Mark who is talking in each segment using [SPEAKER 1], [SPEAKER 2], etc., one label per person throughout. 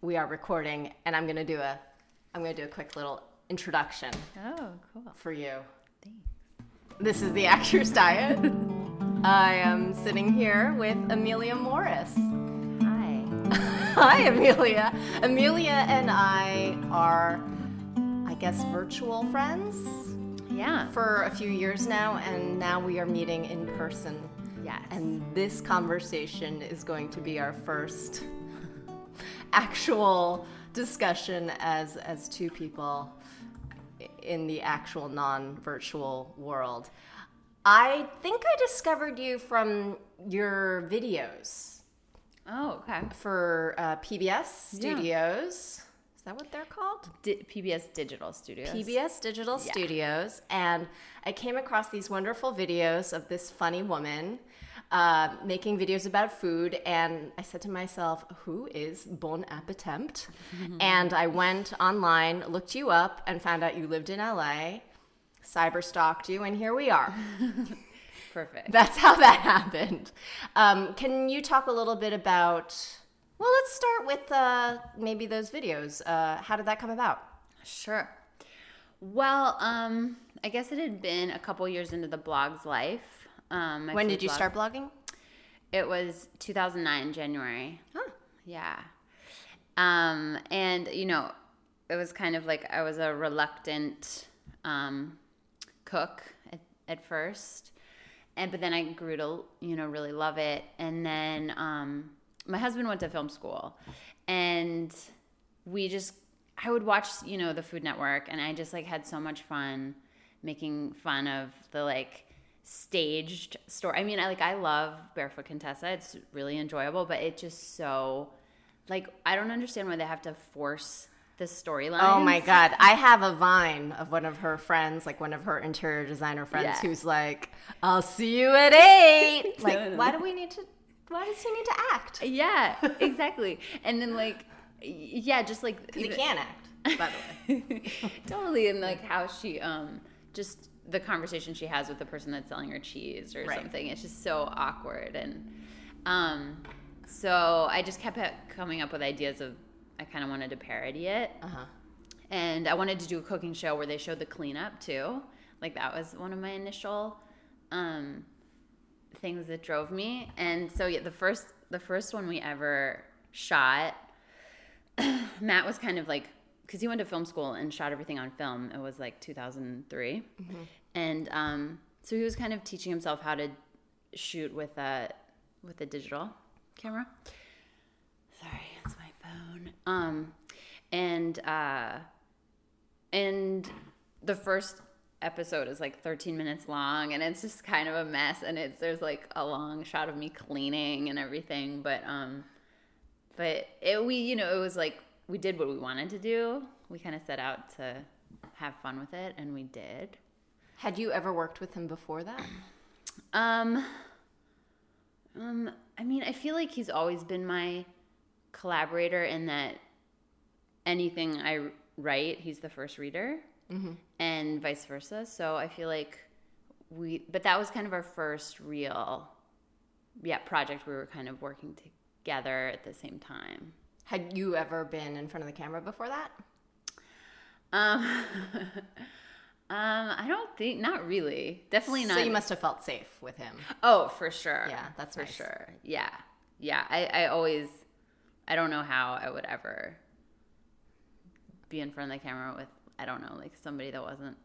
[SPEAKER 1] we are recording and i'm going to do a i'm going to do a quick little introduction
[SPEAKER 2] Oh, cool.
[SPEAKER 1] for you
[SPEAKER 2] Thanks.
[SPEAKER 1] this is the actors diet i am sitting here with amelia morris
[SPEAKER 2] Hi.
[SPEAKER 1] hi amelia amelia and i are i guess virtual friends
[SPEAKER 2] Yeah.
[SPEAKER 1] for a few years now and now we are meeting in person
[SPEAKER 2] Yes.
[SPEAKER 1] And this conversation is going to be our first actual discussion as as two people i- in the actual non-virtual world. I think I discovered you from your videos
[SPEAKER 2] oh, okay.
[SPEAKER 1] for uh, PBS Studios. Is that what they're called?
[SPEAKER 2] Di- PBS Digital Studios.
[SPEAKER 1] PBS Digital Studios, and I came across these wonderful videos of this funny woman uh, making videos about food, and I said to myself, "Who is Bon Appetit?" and I went online, looked you up, and found out you lived in LA. Cyberstalked you, and here we are.
[SPEAKER 2] Perfect.
[SPEAKER 1] That's how that happened. Um, can you talk a little bit about? Well, let's start with uh, maybe those videos. Uh, how did that come about?
[SPEAKER 2] Sure. Well, um, I guess it had been a couple years into the blog's life. Um, my
[SPEAKER 1] When
[SPEAKER 2] food
[SPEAKER 1] did you
[SPEAKER 2] blog.
[SPEAKER 1] start blogging?
[SPEAKER 2] It was 2009 January.
[SPEAKER 1] Huh.
[SPEAKER 2] Yeah. Um, and you know, it was kind of like I was a reluctant um, cook at, at first, and but then I grew to you know really love it. And then um, my husband went to film school, and we just I would watch you know the Food Network, and I just like had so much fun making fun of the like staged story. I mean, I like I love Barefoot Contessa. It's really enjoyable, but it just so like I don't understand why they have to force the storyline.
[SPEAKER 1] Oh my god, I have a vine of one of her friends, like one of her interior designer friends,
[SPEAKER 2] Yeah.
[SPEAKER 1] who's like, "I'll see you at eight. Like, why do we need to? Why does he need to act?
[SPEAKER 2] Yeah, exactly. and then like y- yeah, just like
[SPEAKER 1] He
[SPEAKER 2] even-
[SPEAKER 1] can act, by the way.
[SPEAKER 2] totally and like how she um just the conversation she has with the person that's selling her cheese or
[SPEAKER 1] Right.
[SPEAKER 2] something it's just so awkward and um so i just kept ha- coming up with ideas of i kind of wanted to parody it
[SPEAKER 1] Uh-huh.
[SPEAKER 2] and i wanted to do a cooking show where they showed the cleanup too like that was one of my initial um things that drove me and so yeah the first the first one we ever shot Matt was kind of like because he went to film school and shot everything on film. It was like 2003, and um, so he was kind of teaching himself how to shoot with a with a digital camera. Sorry, it's my phone. Um, and uh, and the first episode is like 13 minutes long and it's just kind of a mess and it's there's like a long shot of me cleaning and everything but um but it, we you know it was like we did what we wanted to do we kind of set out to have fun with it and we did
[SPEAKER 1] Had you ever worked with him before that?
[SPEAKER 2] um um i mean i feel like he's always been my collaborator in that anything i write he's the first reader
[SPEAKER 1] Mm-hmm.
[SPEAKER 2] and vice versa so i feel like we but that was kind of our first real yeah project we were kind of working together at the same time
[SPEAKER 1] Had you ever been in front of the camera before that?
[SPEAKER 2] Um, um, I don't think, not really. Definitely not.
[SPEAKER 1] So you must have felt safe with him.
[SPEAKER 2] oh, for sure.
[SPEAKER 1] Yeah, that's
[SPEAKER 2] for
[SPEAKER 1] nice.
[SPEAKER 2] sure. Yeah, yeah. I, I always, I don't know how I would ever be in front of the camera with, I don't know, like somebody that wasn't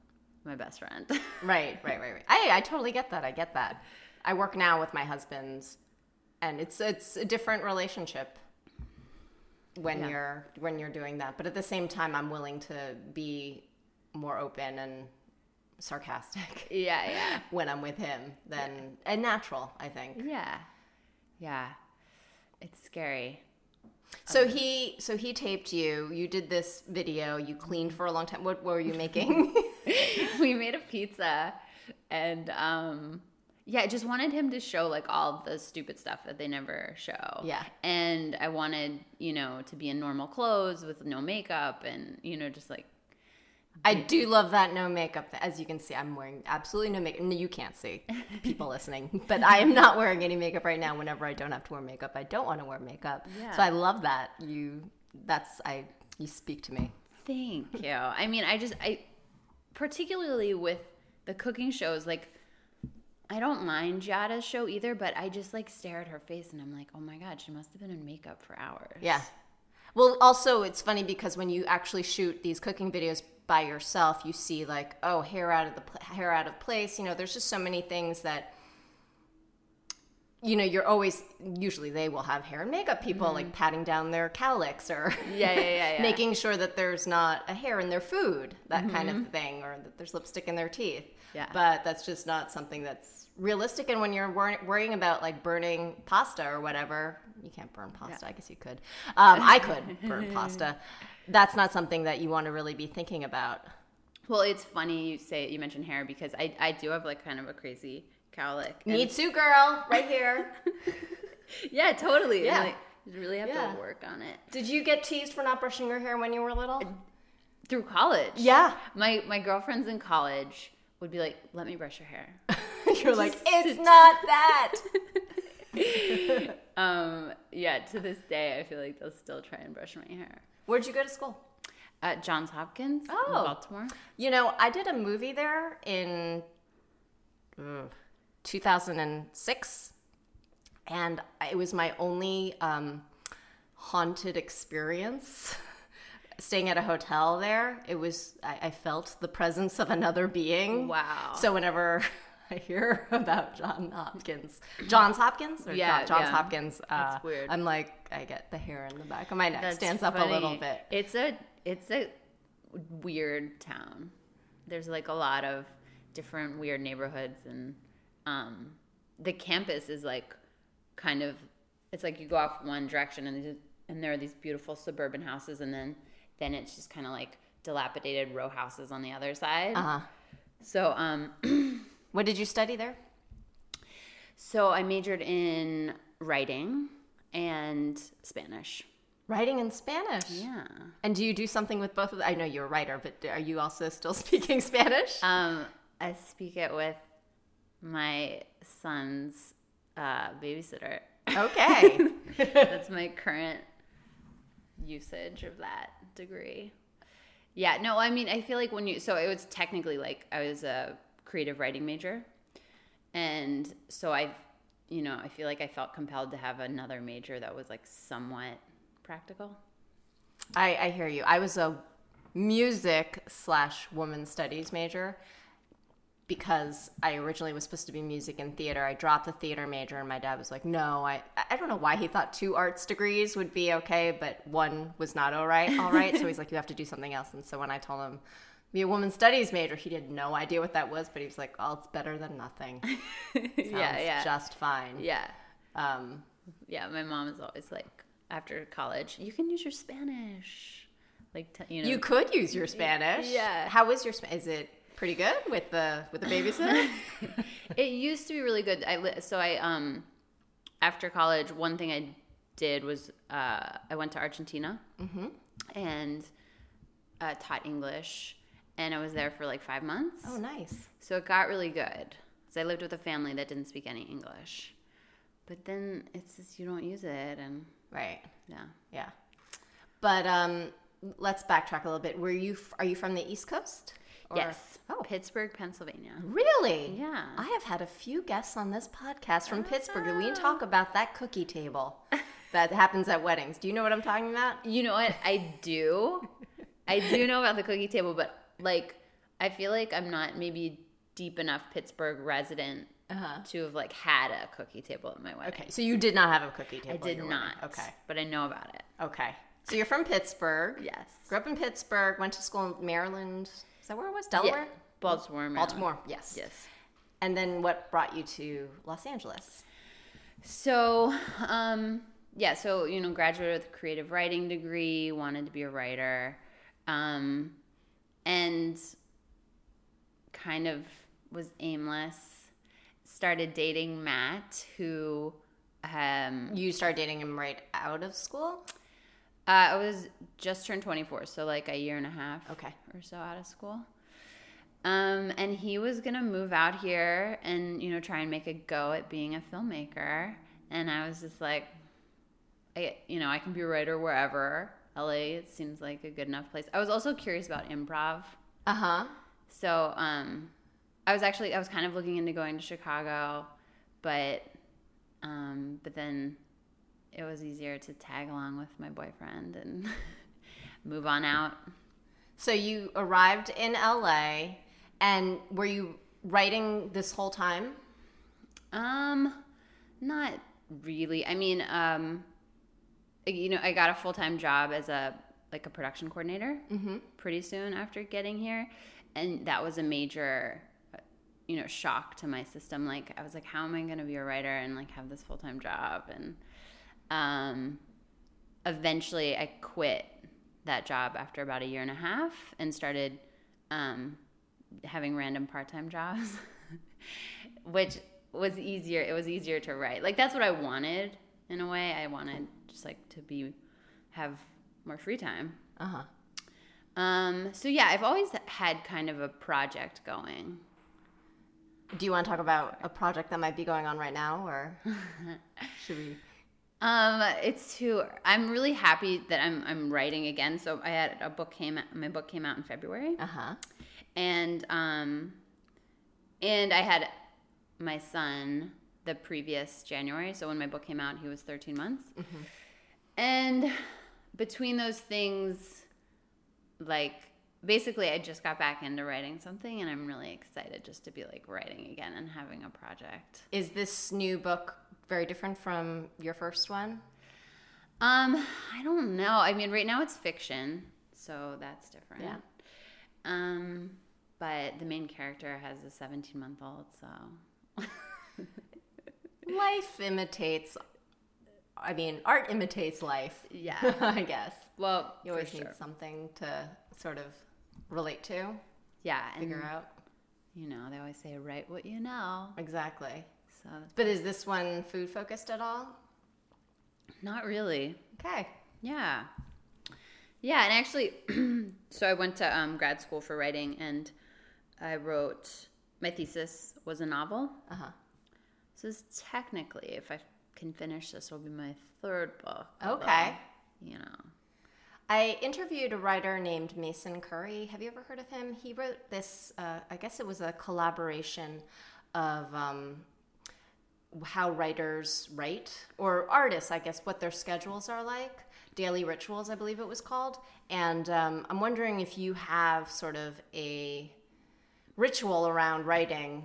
[SPEAKER 2] my best friend.
[SPEAKER 1] Right, right, right, right. I I totally get that. I get that. I work now with my husband, and it's it's a different relationship when
[SPEAKER 2] Yeah.
[SPEAKER 1] you're when you're doing that. But at the same time, I'm willing to be more open and sarcastic
[SPEAKER 2] yeah, yeah,
[SPEAKER 1] when I'm with him than and natural. I think.
[SPEAKER 2] yeah, yeah. It's scary.
[SPEAKER 1] So he so he taped you. You did this video. You cleaned for a long time. What were you making?
[SPEAKER 2] we made a pizza and um yeah, I just wanted him to show like all the stupid stuff that they never show.
[SPEAKER 1] Yeah.
[SPEAKER 2] And I wanted, you know, to be in normal clothes with no makeup and, you know, just like
[SPEAKER 1] I do love that no makeup. As you can see, I'm wearing absolutely no makeup. No, you can't see people listening, but I am not wearing any makeup right now. Whenever I don't have to wear makeup, I don't want to wear makeup.
[SPEAKER 2] Yeah.
[SPEAKER 1] So I love that you that's I you speak to me.
[SPEAKER 2] Thank you. I mean, I just I particularly with the cooking shows, like I don't mind Jada's show either, but I just like stare at her face and I'm like, oh my god, she must have been in makeup for hours.
[SPEAKER 1] Yeah. Well, also it's funny because when you actually shoot these cooking videos by yourself, you see like, oh, hair out of the pl- hair out of place. You know, there's just so many things that you know, you're always usually they will have hair and makeup people like patting down their cowlicks or
[SPEAKER 2] Mm-hmm. Yeah, yeah, yeah, yeah.
[SPEAKER 1] making sure that there's not a hair in their food, that kind of thing, or that there's lipstick in their teeth.
[SPEAKER 2] Mm-hmm. Yeah.
[SPEAKER 1] But that's just not something that's realistic. And when you're wor- worrying about like burning pasta or whatever, you can't burn pasta. I guess you could. Um, I could burn pasta. That's not something that you want to really be thinking about.
[SPEAKER 2] Well, it's funny you say you mentioned hair because I I do have like kind of a crazy cowlick. and-
[SPEAKER 1] Me too, girl. Right here.
[SPEAKER 2] yeah, totally. And,
[SPEAKER 1] Yeah.
[SPEAKER 2] like, you really have
[SPEAKER 1] Yeah.
[SPEAKER 2] to work on it
[SPEAKER 1] Did you get teased for not brushing your hair when you were little?
[SPEAKER 2] through college.
[SPEAKER 1] Yeah.
[SPEAKER 2] my my girlfriends in college would be like, "Let me brush your hair."
[SPEAKER 1] You're like, it's not that.
[SPEAKER 2] um, yeah. To this day, I feel like they'll still try and brush my hair.
[SPEAKER 1] Where'd you go to school?
[SPEAKER 2] At Johns Hopkins in
[SPEAKER 1] Oh.
[SPEAKER 2] Baltimore.
[SPEAKER 1] You know, I did a movie there in mm, 2006, and I- it was my only um, haunted experience. Staying at a hotel there, it was I, I felt the presence of another being.
[SPEAKER 2] Wow.
[SPEAKER 1] So whenever I hear about John Hopkins, Johns Hopkins, or
[SPEAKER 2] Yeah,
[SPEAKER 1] John, Johns
[SPEAKER 2] yeah.
[SPEAKER 1] Hopkins, uh,
[SPEAKER 2] That's weird.
[SPEAKER 1] I'm like, I get the hair in the back of my neck
[SPEAKER 2] That's
[SPEAKER 1] stands up a little
[SPEAKER 2] funny.
[SPEAKER 1] bit.
[SPEAKER 2] It's a it's a weird town. There's like a lot of different weird neighborhoods and um the campus is like kind of it's like you go off one direction and there's- and there are these beautiful suburban houses and then then it's just kind of like dilapidated row houses on the other side.
[SPEAKER 1] Uh huh.
[SPEAKER 2] So um
[SPEAKER 1] What did you study there?
[SPEAKER 2] so I majored in writing and Spanish.
[SPEAKER 1] Writing in Spanish.
[SPEAKER 2] Yeah.
[SPEAKER 1] And do you do something with both of them? I know you're a writer, but are you also still speaking Spanish?
[SPEAKER 2] Um, I speak it with my son's uh, babysitter.
[SPEAKER 1] Okay.
[SPEAKER 2] That's my current usage of that degree. Yeah, no, I mean, I feel like when you, so it was technically like I was a creative writing major. And so I, you know, I feel like I felt compelled to have another major that was like somewhat practical.
[SPEAKER 1] I, I hear you. I was a music slash woman studies major because I originally was supposed to be music and theater. I dropped the theater major, and my dad was like, "No, I I don't know why he thought two arts degrees would be okay, but one was not all right. All right, so he's like, you have to do something else." And so when I told him be a woman studies major, he had no idea what that was, but he was like, "Oh, it's better than nothing. Sounds
[SPEAKER 2] yeah, yeah.
[SPEAKER 1] just fine."
[SPEAKER 2] yeah.
[SPEAKER 1] Um,
[SPEAKER 2] Yeah, my mom is always like, after college, you can use your Spanish. Like, t- you know,
[SPEAKER 1] You could use your Spanish.
[SPEAKER 2] yeah.
[SPEAKER 1] How is your? Sp- Is it pretty good with the with the babysitter?
[SPEAKER 2] it used to be really good. I li- so I um, after college, one thing I did was uh, I went to Argentina
[SPEAKER 1] Mm-hmm.
[SPEAKER 2] and uh, taught English, and I was there for like five months.
[SPEAKER 1] oh, nice.
[SPEAKER 2] So it got really good. Because I lived with a family that didn't speak any English, but then it's just you don't use it, and
[SPEAKER 1] Right.
[SPEAKER 2] yeah.
[SPEAKER 1] Yeah. But um, let's backtrack a little bit. Were you? f- Are you from the East Coast? Or-
[SPEAKER 2] yes,
[SPEAKER 1] Oh,
[SPEAKER 2] Pittsburgh, Pennsylvania.
[SPEAKER 1] really?
[SPEAKER 2] Yeah.
[SPEAKER 1] I have had a few guests on this podcast from Pittsburgh, and we talk about that cookie table that happens at weddings. Do you know what I'm talking about?
[SPEAKER 2] You know what? I do. I do know about the cookie table, but like, I feel like I'm not maybe deep enough Pittsburgh resident to have like had a cookie table at my wedding.
[SPEAKER 1] Okay. So you did not have a cookie table.
[SPEAKER 2] I
[SPEAKER 1] at
[SPEAKER 2] did
[SPEAKER 1] your wedding.
[SPEAKER 2] not.
[SPEAKER 1] Okay.
[SPEAKER 2] But I know about it.
[SPEAKER 1] Okay. So you're from Pittsburgh.
[SPEAKER 2] Yes.
[SPEAKER 1] Grew up in Pittsburgh. Went to school in Maryland. Is that where it was?
[SPEAKER 2] Yeah.
[SPEAKER 1] Delaware.
[SPEAKER 2] Baltimore. Maryland.
[SPEAKER 1] Baltimore, yes.
[SPEAKER 2] Yes.
[SPEAKER 1] And then what brought you to Los Angeles?
[SPEAKER 2] So, um, yeah, so, you know, graduated with a creative writing degree, wanted to be a writer, um, and kind of was aimless. Started dating Matt, who um,
[SPEAKER 1] You started dating him right out of school?
[SPEAKER 2] uh, I was just turned 24, so like a year and a half
[SPEAKER 1] Okay.
[SPEAKER 2] or so out of school. Um, and he was gonna move out here and you know try and make a go at being a filmmaker. And I was just like, I, you know, I can be a writer wherever. LA seems like a good enough place. I was also curious about improv.
[SPEAKER 1] Uh huh.
[SPEAKER 2] So um, I was actually I was kind of looking into going to Chicago, but um, but then it was easier to tag along with my boyfriend and move on out.
[SPEAKER 1] So you arrived in LA, and were you writing this whole time?
[SPEAKER 2] Um, not really. I mean, um, you know, I got a full time job as a like a production coordinator
[SPEAKER 1] Mm-hmm.
[SPEAKER 2] pretty soon after getting here, and that was a major, you know, shock to my system. Like, I was like, how am I going to be a writer and like have this full time job? And um, eventually, I quit that job after about a year and a half and started um, having random part time jobs, which was easier. It was easier to write. Like that's what I wanted in a way. I wanted just like to be have more free time.
[SPEAKER 1] Uh huh.
[SPEAKER 2] Um, so yeah, I've always had kind of a project going.
[SPEAKER 1] Do you want to talk about a project that might be going on right now, or should we?
[SPEAKER 2] Um, it's too. I'm really happy that I'm I'm writing again. So I had a book came out. My book came out in February.
[SPEAKER 1] Uh huh.
[SPEAKER 2] and um and i had my son the previous january so when my book came out he was 13 months and between those things like basically i just got back into writing something and i'm really excited just to be like writing again and having a project
[SPEAKER 1] Is this new book very different from your first one?
[SPEAKER 2] Um, I don't know. I mean, right now it's fiction, so that's different.
[SPEAKER 1] Yeah.
[SPEAKER 2] Um, but the main character has a 17 month old, so
[SPEAKER 1] Life imitates. I mean, art imitates life.
[SPEAKER 2] yeah.
[SPEAKER 1] I guess
[SPEAKER 2] Well,
[SPEAKER 1] you always
[SPEAKER 2] for
[SPEAKER 1] need
[SPEAKER 2] sure.
[SPEAKER 1] something to sort of relate to,
[SPEAKER 2] yeah, and
[SPEAKER 1] figure out
[SPEAKER 2] you know they always say write what you know.
[SPEAKER 1] exactly.
[SPEAKER 2] So
[SPEAKER 1] But is this one food focused at all?
[SPEAKER 2] not really.
[SPEAKER 1] Okay.
[SPEAKER 2] Yeah. Yeah, and actually, so I went to um, grad school for writing, and I wrote my thesis was a novel.
[SPEAKER 1] Uh huh.
[SPEAKER 2] So this technically, if I can finish this, will be my third book.
[SPEAKER 1] Okay.
[SPEAKER 2] although, You know.
[SPEAKER 1] I interviewed a writer named Mason Curry. Have you ever heard of him? He wrote this, uh, I guess it was a collaboration of um, how writers write, or artists, I guess, what their schedules are like. Daily Rituals, I believe it was called. And um, I'm wondering if you have sort of a ritual around writing,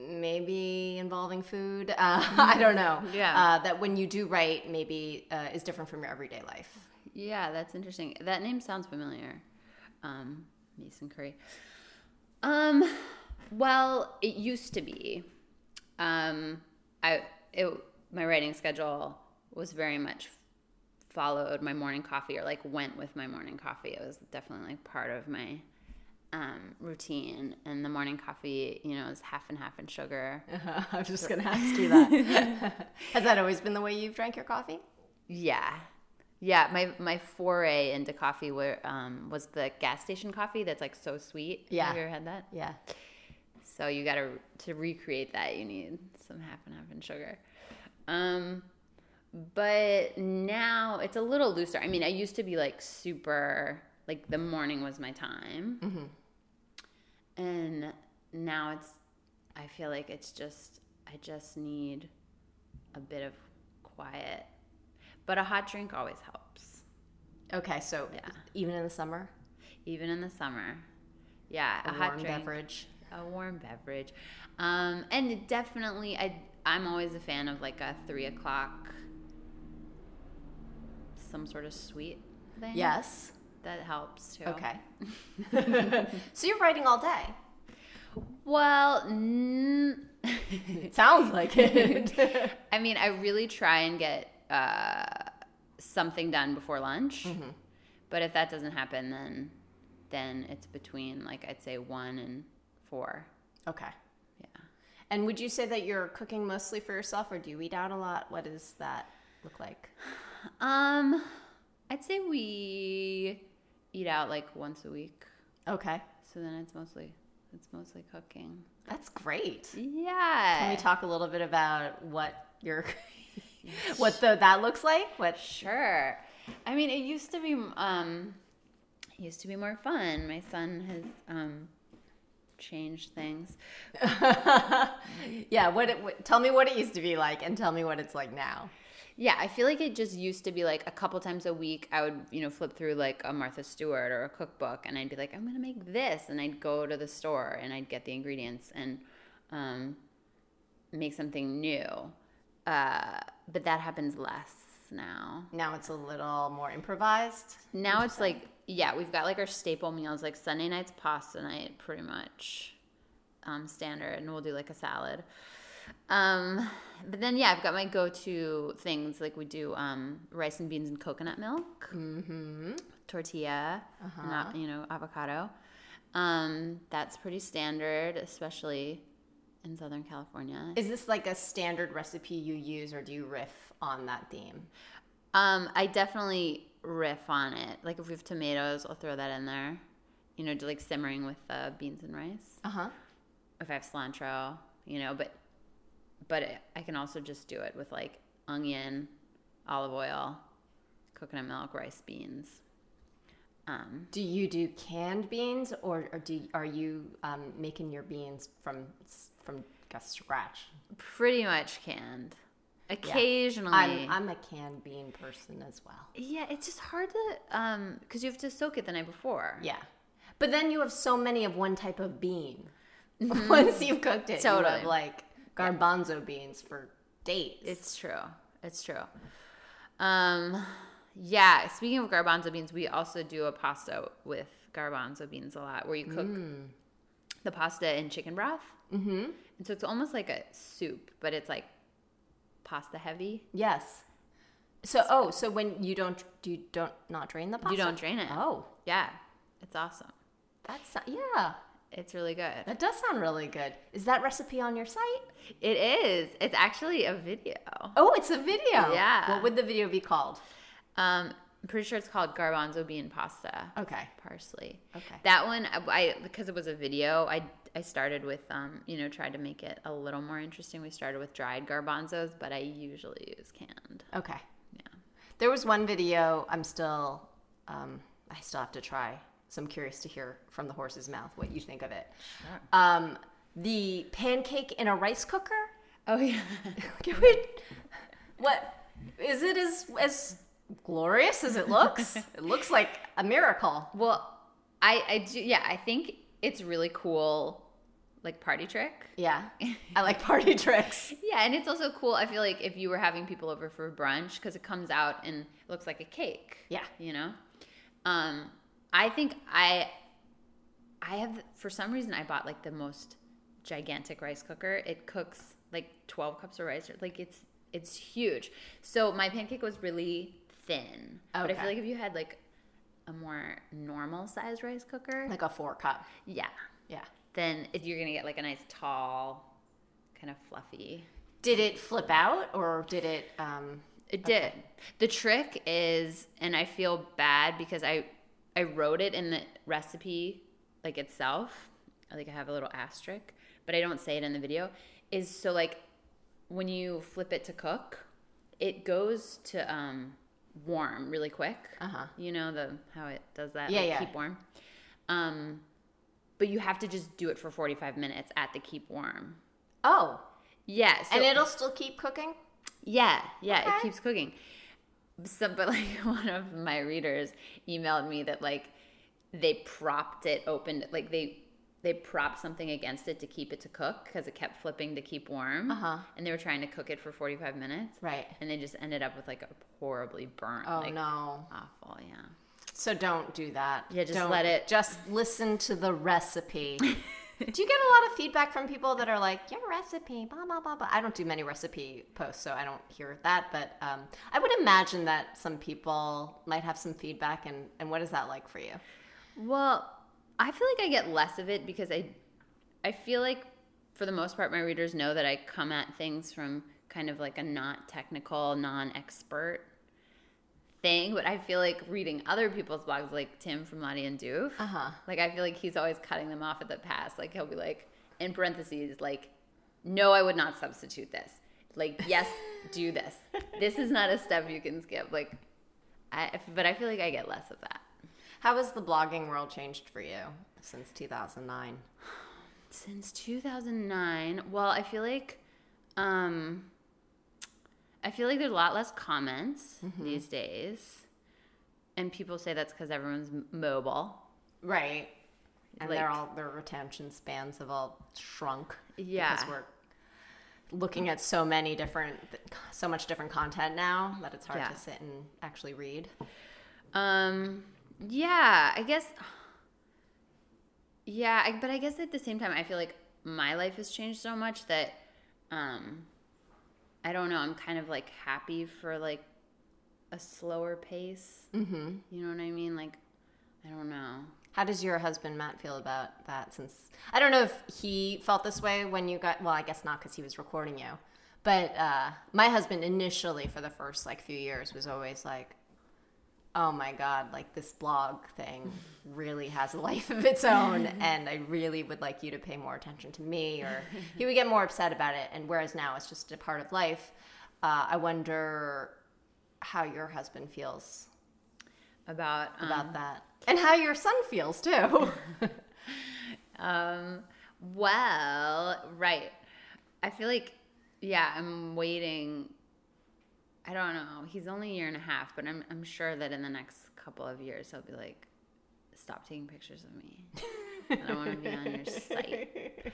[SPEAKER 1] maybe involving food. Uh, I don't know.
[SPEAKER 2] Yeah.
[SPEAKER 1] Uh, that when you do write, maybe uh, is different from your everyday life.
[SPEAKER 2] Yeah, that's interesting. That name sounds familiar. Um, Mason Curry. Um, well, it used to be. Um, I it my writing schedule was very much followed my morning coffee or like went with my morning coffee. It was definitely like part of my um, routine. And the morning coffee, you know, is half and half in sugar.
[SPEAKER 1] I was Uh-huh. just going to ask you that. Has that always been the way you've drank your coffee?
[SPEAKER 2] Yeah. Yeah, my, my foray into coffee were, um, was the gas station coffee that's like so sweet.
[SPEAKER 1] Yeah.
[SPEAKER 2] Have you ever had that?
[SPEAKER 1] Yeah.
[SPEAKER 2] So you got to to recreate that you need some half and half and sugar. Um but now it's a little looser. I mean, I used to be like super like the morning was my time. And now it's I feel like it's just I just need a bit of quiet. But a hot drink always helps,
[SPEAKER 1] Okay, so
[SPEAKER 2] Yeah.
[SPEAKER 1] even in the summer,
[SPEAKER 2] even in the summer. Yeah,
[SPEAKER 1] a,
[SPEAKER 2] a, hot
[SPEAKER 1] warm
[SPEAKER 2] drink.
[SPEAKER 1] beverage.
[SPEAKER 2] a warm beverage um, and it definitely I, i'm always a fan of like a three o'clock some sort of sweet thing
[SPEAKER 1] Yes.
[SPEAKER 2] that helps too
[SPEAKER 1] Okay. so you're writing all day.
[SPEAKER 2] well n-
[SPEAKER 1] It sounds like it.
[SPEAKER 2] i mean i really try and get uh, something done before lunch
[SPEAKER 1] Mm-hmm.
[SPEAKER 2] but if that doesn't happen then then it's between like i'd say one and four
[SPEAKER 1] okay.
[SPEAKER 2] yeah
[SPEAKER 1] And would you say that you're cooking mostly for yourself or do you eat out a lot? What does that look like?
[SPEAKER 2] Um, I'd say we eat out like once a week.
[SPEAKER 1] Okay.
[SPEAKER 2] So then it's mostly it's mostly cooking.
[SPEAKER 1] That's great. Can
[SPEAKER 2] Yeah.
[SPEAKER 1] we talk a little bit about what your what the, that looks like? What
[SPEAKER 2] sure. I mean, it used to be um, it used to be more fun. My son has um, changed things.
[SPEAKER 1] yeah. What, it, what? Tell me what it used to be like, and tell me what it's like now.
[SPEAKER 2] Yeah, I feel like it just used to be like a couple times a week I would, you know, flip through like a Martha Stewart or a cookbook and I'd be like, I'm going to make this. And I'd go to the store and I'd get the ingredients and um, make something new. Uh, but that happens less now.
[SPEAKER 1] Now it's a little more improvised.
[SPEAKER 2] Now it's like, yeah, we've got like our staple meals, like Sunday night's pasta night, pretty much um, standard. And we'll do like a salad. Um, but then yeah, I've got my go-to things like we do um, rice and beans and coconut milk,
[SPEAKER 1] Mm-hmm.
[SPEAKER 2] tortilla, and, uh, you know, avocado. Um, that's pretty standard, especially in Southern California.
[SPEAKER 1] Is this like a standard recipe you use, or do you riff on that theme?
[SPEAKER 2] Um, I definitely riff on it. Like if we have tomatoes, I'll throw that in there. You know, do like simmering with uh, beans and rice.
[SPEAKER 1] Uh huh.
[SPEAKER 2] If I have cilantro, you know, but but it, I can also just do it with like onion, olive oil, coconut milk, rice, beans. Um,
[SPEAKER 1] Do you do canned beans, or, or do are you um, making your beans from from scratch?
[SPEAKER 2] pretty much canned. Occasionally,
[SPEAKER 1] I'm I'm a canned bean person as well.
[SPEAKER 2] yeah, it's just hard to um because you have to soak it the night before.
[SPEAKER 1] Yeah, but then you have so many of one type of bean. Once you've cooked it, you
[SPEAKER 2] Mm-hmm. Totally.
[SPEAKER 1] have like garbanzo beans for days.
[SPEAKER 2] It's true. It's true. Um, yeah. Speaking of garbanzo beans, we also do a pasta with garbanzo beans a lot, where you cook the pasta in chicken broth, mm-hmm. and so it's almost like a soup, but it's like pasta heavy.
[SPEAKER 1] yes. So oh, so when you don't do you don't not drain the pasta?
[SPEAKER 2] You don't drain it.
[SPEAKER 1] Oh,
[SPEAKER 2] Yeah, it's awesome.
[SPEAKER 1] that's yeah.
[SPEAKER 2] It's really good.
[SPEAKER 1] That does sound really good. Is that recipe on your site?
[SPEAKER 2] It is. It's actually a video.
[SPEAKER 1] Oh, it's a video.
[SPEAKER 2] Yeah.
[SPEAKER 1] What would the video be called?
[SPEAKER 2] Um, I'm pretty sure it's called garbanzo bean pasta.
[SPEAKER 1] Okay.
[SPEAKER 2] parsley.
[SPEAKER 1] Okay.
[SPEAKER 2] That one, I I- because it was a video, I I started with um you know tried to make it a little more interesting. We started with dried garbanzos, but I usually use canned.
[SPEAKER 1] Okay.
[SPEAKER 2] Yeah.
[SPEAKER 1] There was one video I'm still, um, I still have to try. So I'm curious to hear from the horse's mouth what you think of it. Um, the pancake in a rice cooker.
[SPEAKER 2] Oh yeah.
[SPEAKER 1] Can we, what is it as as glorious as it looks? it looks like a miracle.
[SPEAKER 2] well, I I do yeah. I think it's really cool, like party trick.
[SPEAKER 1] Yeah, I like party tricks.
[SPEAKER 2] Yeah, and it's also cool. I feel like if you were having people over for brunch, because it comes out and it looks like a cake.
[SPEAKER 1] Yeah.
[SPEAKER 2] you know. Um, I think I, I have for some reason I bought like the most gigantic rice cooker. It cooks like twelve cups of rice. or- Like it's it's huge. So my pancake was really thin, but I
[SPEAKER 1] Okay.
[SPEAKER 2] feel like if you had like a more normal sized rice cooker,
[SPEAKER 1] Like a four cup.
[SPEAKER 2] yeah,
[SPEAKER 1] Yeah.
[SPEAKER 2] then it- you're gonna get like a nice tall, kind of fluffy.
[SPEAKER 1] Did it flip out or did it? Um,
[SPEAKER 2] It did. The trick is, and I feel bad because I I wrote it in the recipe like itself. Like I have a little asterisk, but I don't say it in the video. Is so like when you flip it to cook, it goes to um warm really quick.
[SPEAKER 1] Uh-huh.
[SPEAKER 2] You know the how it does that.
[SPEAKER 1] Yeah,
[SPEAKER 2] like,
[SPEAKER 1] yeah.
[SPEAKER 2] Keep warm. Um, but you have to just do it for forty five minutes at the keep warm.
[SPEAKER 1] oh,
[SPEAKER 2] Yeah. So
[SPEAKER 1] and it'll still keep cooking.
[SPEAKER 2] yeah, yeah,
[SPEAKER 1] Okay.
[SPEAKER 2] it keeps cooking. Some, but like one of my readers emailed me that like they propped it open, like they they propped something against it to keep it to cook because it kept flipping to keep warm,
[SPEAKER 1] Uh-huh.
[SPEAKER 2] and they were trying to cook it for forty five minutes,
[SPEAKER 1] Right.
[SPEAKER 2] and they just ended up with like a horribly burnt,
[SPEAKER 1] Oh
[SPEAKER 2] like
[SPEAKER 1] no.
[SPEAKER 2] awful, yeah.
[SPEAKER 1] So don't do that.
[SPEAKER 2] Yeah, just
[SPEAKER 1] Don't-
[SPEAKER 2] let it-
[SPEAKER 1] Just listen to the recipe. do you get a lot of feedback from people that are like, your recipe, blah, blah, blah, blah? I don't do many recipe posts, so I don't hear that. But um, I would imagine that some people might have some feedback. And, and what is that like for you?
[SPEAKER 2] Well, I feel like I get less of it because I I feel like for the most part my readers know that I come at things from kind of like a not technical, non-expert thing, but I feel like reading other people's blogs like Tim from Lottie and Doof,
[SPEAKER 1] Uh huh.
[SPEAKER 2] like I feel like he's always cutting them off at the pass. Like he'll be like in parentheses like no, I would not substitute this. Like yes, do this. This is not a step you can skip. Like I, if- but I feel like I get less of that.
[SPEAKER 1] How has the blogging world changed for you since 2009?
[SPEAKER 2] Since 2009, well, I feel like um I feel like there's a lot less comments these days. And people say that's cuz everyone's m- mobile.
[SPEAKER 1] Right. And
[SPEAKER 2] Like-
[SPEAKER 1] they're all their retention spans have all shrunk.
[SPEAKER 2] Yeah.
[SPEAKER 1] Because we're looking at so many different, so much different content now that it's hard
[SPEAKER 2] Yeah.
[SPEAKER 1] to sit and actually read.
[SPEAKER 2] Um yeah, I guess Yeah, I, but I guess at the same time I feel like my life has changed so much that um I don't know, I'm kind of like happy for like a slower pace.
[SPEAKER 1] Mm-hmm.
[SPEAKER 2] You know what I mean? Like I don't know.
[SPEAKER 1] How does your husband Matt feel about that? Since I don't know if he felt this way when you got. Well, I guess not because he was recording you. But uh, my husband initially, for the first like few years, was always like, "Oh my god, like this blog thing really has a life of its own, and I really would like you to pay more attention to me." Or he would get more upset about it. And whereas now it's just a part of life. Uh, I wonder how your husband feels
[SPEAKER 2] About um,
[SPEAKER 1] about that, and how your son feels too.
[SPEAKER 2] Um, well, right. I feel like, yeah, I'm waiting. I don't know. He's only a year and a half, but I'm, I'm sure that in the next couple of years, he'll be like, stop taking pictures of me. I don't want to be on your site.